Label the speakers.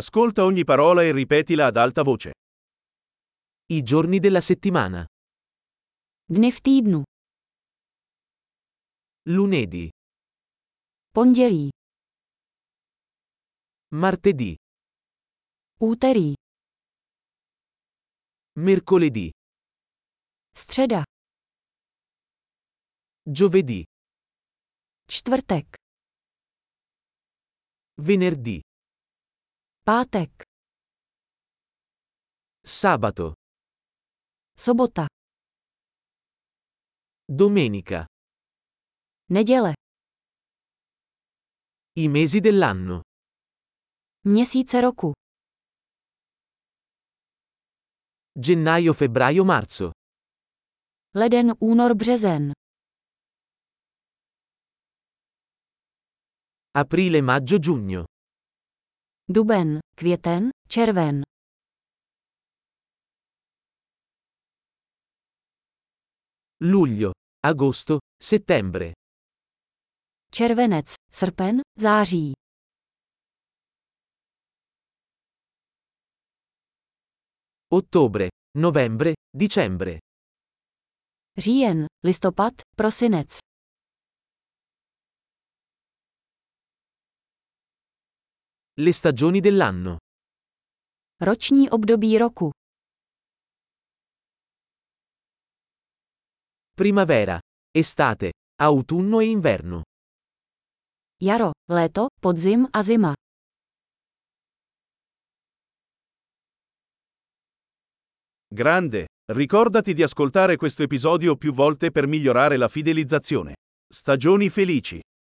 Speaker 1: Ascolta ogni parola e ripetila ad alta voce.
Speaker 2: I giorni della settimana.
Speaker 3: Dny v týdnu.
Speaker 2: Lunedì,
Speaker 3: Pondělí.
Speaker 2: martedì,
Speaker 3: Úterý.
Speaker 2: mercoledì,
Speaker 3: Středa.
Speaker 2: giovedì,
Speaker 3: Čtvrtek.
Speaker 2: venerdì,
Speaker 3: Pátek.
Speaker 2: sabato,
Speaker 3: Sobota.
Speaker 2: domenica.
Speaker 3: Neděle.
Speaker 2: I mesi dell'anno.
Speaker 3: Měsíce roku.
Speaker 2: Gennaio, febbraio, marzo.
Speaker 3: Leden, únor, březen.
Speaker 2: Aprile, maggio, giugno.
Speaker 3: Duben, květen, červen.
Speaker 2: Luglio, agosto, settembre.
Speaker 3: Červenec, srpen, září.
Speaker 2: Ottobre, novembre, dicembre.
Speaker 3: Říjen, listopad, prosinec.
Speaker 2: Le stagioni dell'anno.
Speaker 3: Roční období roku.
Speaker 2: Primavera, estate, autunno e inverno.
Speaker 3: Jaro, léto, podzim a zima.
Speaker 1: Grande, ricordati di ascoltare questo episodio più volte per migliorare la fidelizzazione. Stagioni felici.